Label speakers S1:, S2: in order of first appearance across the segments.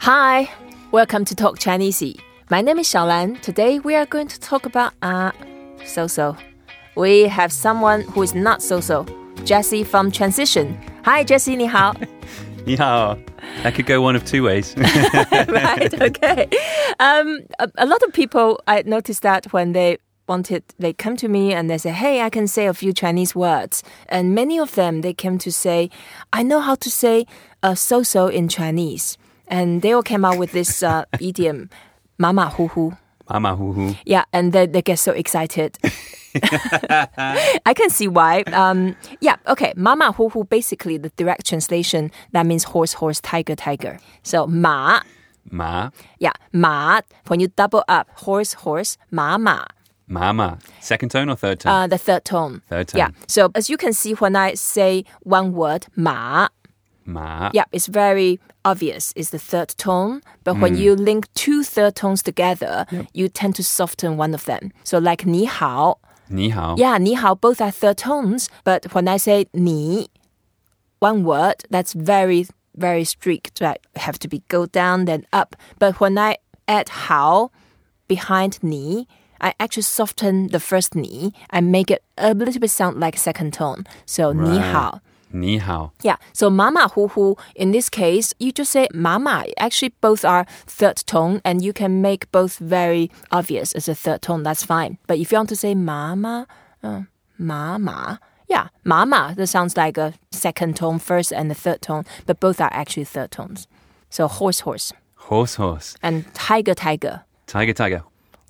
S1: Hi, welcome to Talk Chinesey. My name is Xiaolan. Today we are going to talk about uh so so. We have someone who is not so so, Jessie from Transition. Hi, Jessie, 你好。
S2: Yeah, that could go one of two ways.
S1: right, okay. Um, a, a lot of people I noticed that when they wanted, they come to me and they say, "Hey, I can say a few Chinese words," and many of them they came to say, "I know how to say uh, so-so in Chinese," and they all came out with this uh, idiom, "mama hu hu."
S2: Mama hoo hoo.
S1: Yeah, and they, they get so excited. I can see why. Um, yeah, okay. Mama hu hu, basically the direct translation, that means horse, horse, tiger, tiger. So ma,
S2: Ma,
S1: yeah, ma, when you double up, horse, horse, ma, ma,
S2: mama. Second tone or third tone?
S1: uh, the third tone.
S2: Third tone.
S1: Yeah, so as you can see, when I say one word, ma,
S2: Ma.
S1: yeah, it's very obvious. It's the third tone. But
S2: Mm.
S1: when you link two third tones together, you tend to soften one of them. So like ni hao,
S2: Ni hao.
S1: Yeah, 你好 both are third tones, but when I say 你, one word, that's very, very strict. Right? Have to be go down, then up. But when I add 好 behind 你, I actually soften the first 你. I make it a little bit sound like second tone. So 你好.
S2: Ni hao.
S1: Yeah, so mama hu hu, in this case, you just say mama. Actually, both are third tone, and you can make both very obvious as a third tone. That's fine. But if you want to say mama, uh, mama, yeah, mama, that sounds like a second tone, first and the third tone, but both are actually third tones. So horse, horse,
S2: Horse, horse.
S1: and tiger, tiger.
S2: Tiger, tiger.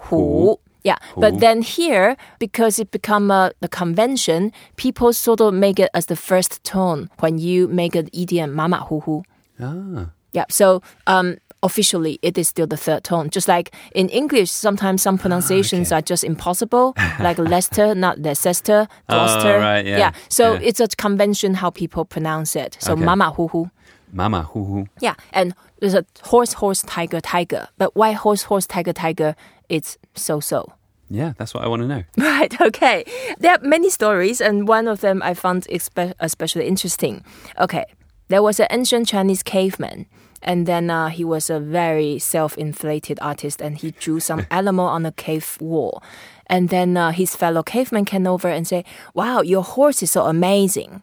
S1: Hu. Yeah, but then here, because it become a, a convention, people sort of make it as the first tone when you make an idiom, mama hu hu.
S2: Ah.
S1: Yeah, so um, officially it is still the third tone. Just like in English, sometimes
S2: Ah,
S1: some pronunciations are just impossible, like Leicester, not Leicester, Gloucester.
S2: Oh, right, yeah,
S1: so
S2: yeah.
S1: it's a convention how people pronounce it. So
S2: Okay.
S1: mama hu hu.
S2: Mama hoo hoo.
S1: Yeah, and there's a horse, horse, tiger, tiger. But why horse, horse, tiger, tiger? It's so so.
S2: Yeah, that's what I want to know.
S1: Right, okay. There are many stories, and one of them I found expe- especially interesting. Okay, there was an ancient Chinese caveman, and then uh, he was a very self inflated artist, and he drew some animal on a cave wall. And then uh, his fellow caveman came over and said, Wow, your horse is so amazing.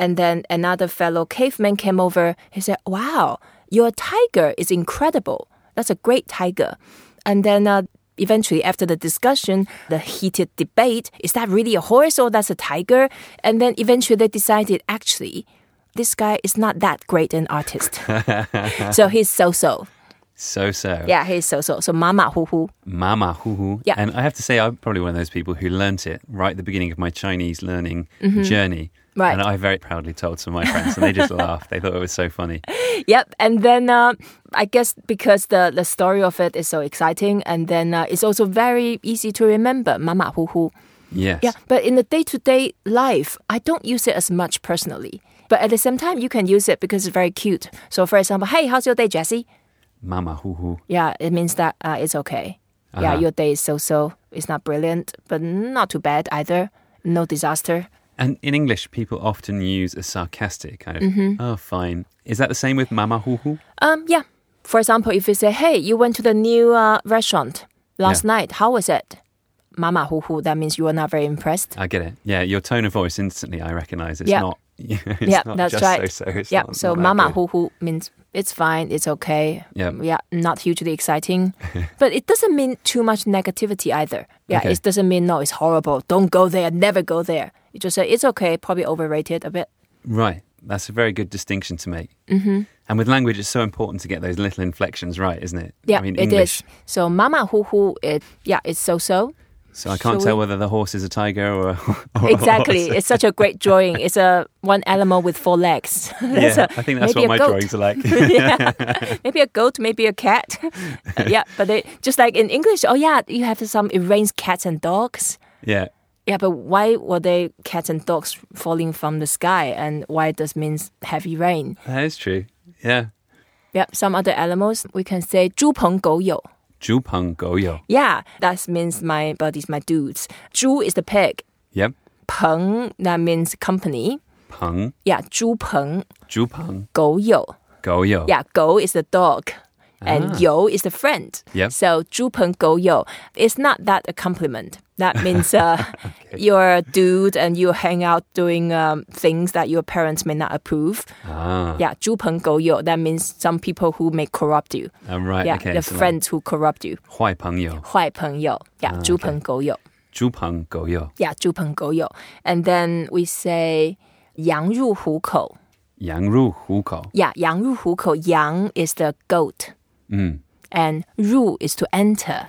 S1: And then another fellow caveman came over. He said, Wow, your tiger is incredible. That's a great tiger. And then uh, eventually, after the discussion, the heated debate is that really a horse or that's a tiger? And then eventually they decided actually, this guy is not that great an artist. so he's so so.
S2: So, so.
S1: Yeah, he's so so. So mama hoo hoo.
S2: Mama hoo hoo.
S1: Yeah.
S2: And I have to say, I'm probably one of those people who learnt it right at the beginning of my Chinese learning journey.
S1: Mm-hmm. Right.
S2: And I very proudly told some of my friends, and they just laughed. They thought it was so funny.
S1: Yep, and then uh, I guess because the, the story of it is so exciting, and then uh, it's also very easy to remember. Mama hoo hoo.
S2: Yes.
S1: Yeah, but in the day to day life, I don't use it as much personally. But at the same time, you can use it because it's very cute. So, for example, hey, how's your day, Jesse?
S2: Mama hoo hoo.
S1: Yeah, it means that uh, it's okay. Yeah,
S2: Uh-huh.
S1: your day is so so. It's not brilliant, but not too bad either. No disaster.
S2: And in English, people often use a sarcastic kind of,
S1: Mm-hmm.
S2: oh, fine. Is that the same with mama hoo hoo?
S1: Um, yeah. For example, if you say, hey, you went to the new uh, restaurant last night, how was it? Mama hoo hoo, that means you are not very impressed.
S2: I get it. Yeah, your tone of voice instantly, I recognize it's
S1: Yeah.
S2: not. It's
S1: yeah,
S2: not
S1: that's
S2: just
S1: right.
S2: So, so. It's
S1: yeah,
S2: not,
S1: so
S2: not that
S1: mama
S2: good.
S1: hoo hoo means it's fine, it's okay.
S2: Yeah.
S1: yeah, not hugely exciting, but it doesn't mean too much negativity either. Yeah,
S2: Okay.
S1: it doesn't mean no, it's horrible. Don't go there. Never go there. You just say it's okay. Probably overrated a bit.
S2: Right. That's a very good distinction to make. Mm-hmm. And with language, it's so important to get those little inflections right, isn't it?
S1: Yeah,
S2: I mean,
S1: it is.
S2: English.
S1: So mama hoo hoo. It yeah, it's so so.
S2: So I can't
S1: Shall
S2: tell
S1: we-
S2: whether the horse is a tiger or a, or a
S1: Exactly.
S2: horse.
S1: It's such a great drawing. It's a one animal with four legs. That's
S2: yeah,
S1: a-
S2: I think that's
S1: maybe
S2: what
S1: a
S2: my
S1: goat.
S2: drawings are like.
S1: yeah. Maybe a goat, maybe a cat. yeah, but they, just like in English, oh yeah, you have some erased cats and dogs.
S2: yeah.
S1: Yeah, but why were they cats and dogs falling from the sky, and why does means heavy rain?
S2: That is true. Yeah.
S1: Yeah, some other animals we can say 猪朋狗友.
S2: Ju peng go yo.
S1: Yeah, that means my buddies, my dudes. 猪 is the pig.
S2: Yep.
S1: 朋 that means company.
S2: Peng.
S1: Yeah, 猪朋狗友.
S2: Ju peng Go yo.
S1: Yeah, go is the dog. And
S2: Ah.
S1: yo is the friend.
S2: Yep.
S1: So 猪朋狗友 It's not that a compliment. That means uh, you're a dude and you hang out doing um, things that your parents may not approve.
S2: Ah,
S1: Yeah, 猪朋狗友 That means some people who may corrupt you.
S2: I'm right.
S1: yeah,
S2: okay.
S1: the
S2: so
S1: friends who corrupt you.
S2: Like, 坏朋友,
S1: 坏朋友 Yeah,
S2: Ah,
S1: 猪朋狗友
S2: 猪朋狗友,
S1: ，Yeah, 猪朋狗友 And then we say 羊入虎口
S2: 羊入虎口.
S1: Yeah, 羊入虎口羊 is the goat.
S2: 嗯,
S1: and 入 is to enter.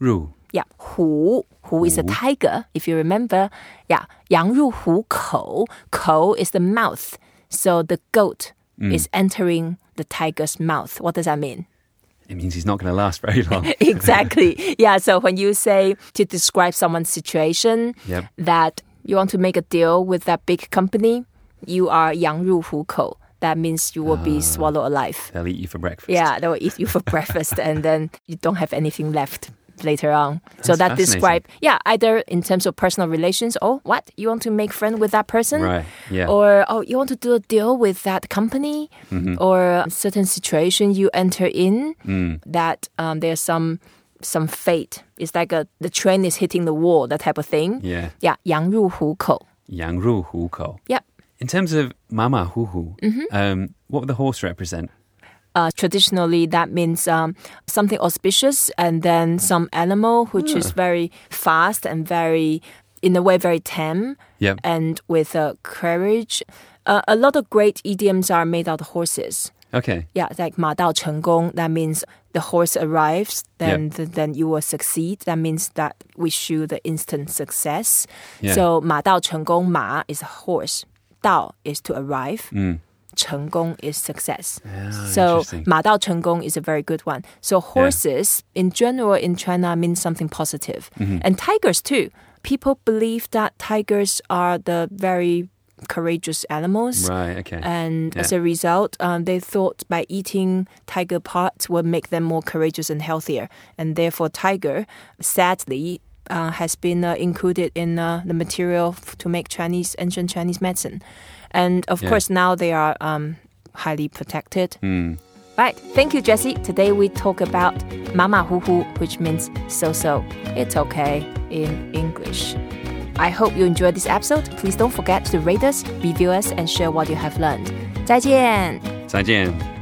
S2: 入,
S1: Yeah, 虎 Hu is a tiger, if you remember. Yeah, 羊入虎口. Ko is the mouth. So the goat is entering the tiger's mouth. What does that mean?
S2: it means he's not going to last very long.
S1: exactly. Yeah, so when you say to describe someone's situation
S2: Yep.
S1: that you want to make a deal with that big company, you are 羊入虎口. That means you will be swallowed alive.
S2: They'll eat you for breakfast.
S1: Yeah, they will eat you for breakfast and then you don't have anything left later on. so that
S2: fascinating.
S1: describe yeah, either in terms of personal relations or what? You want to make friend with that person?
S2: Right. Yeah.
S1: Or oh you want to do a deal with that company
S2: Mm-hmm.
S1: or a certain situation you enter in
S2: Mm.
S1: that um, there's some some fate. It's like a the train is hitting the wall, that type of thing.
S2: yeah.
S1: Yeah, 羊入虎口.
S2: 羊入虎口.
S1: Yep.
S2: In terms of mama hu hu,
S1: Mm-hmm.
S2: um, what would the horse represent?
S1: uh, traditionally that means um, something auspicious and then some animal which is very fast and very in a way very tame
S2: Yep.
S1: and with uh, courage uh, a lot of great idioms are made out of horses
S2: Okay.
S1: yeah like 马到成功 that means the horse arrives then
S2: Yeah.
S1: th- then you will succeed that means that wish you the instant success
S2: Yeah.
S1: so 马到成功 ma is a horse 到 is to arrive 成功 is success so
S2: Mm. Ah, interesting.
S1: 马到成功 is a very good one. So horses in general in China mean something positive.
S2: Mm-hmm.
S1: And tigers too. People believe that tigers are the very courageous animals.
S2: Right. Okay.
S1: And as a result, um, they thought by eating tiger parts would make them more courageous and healthier. And therefore, tiger, sadly, uh, has been uh, included in uh, the material f- to make Chinese ancient Chinese medicine. And of course, now they are um, highly protected. Right. Thank you, Jesse. Today we talk about mama hu hu, which means so so. It's okay in English. I hope you enjoyed this episode. Please don't forget to rate us, review us, and share what you have learned. 再见。
S2: 再见.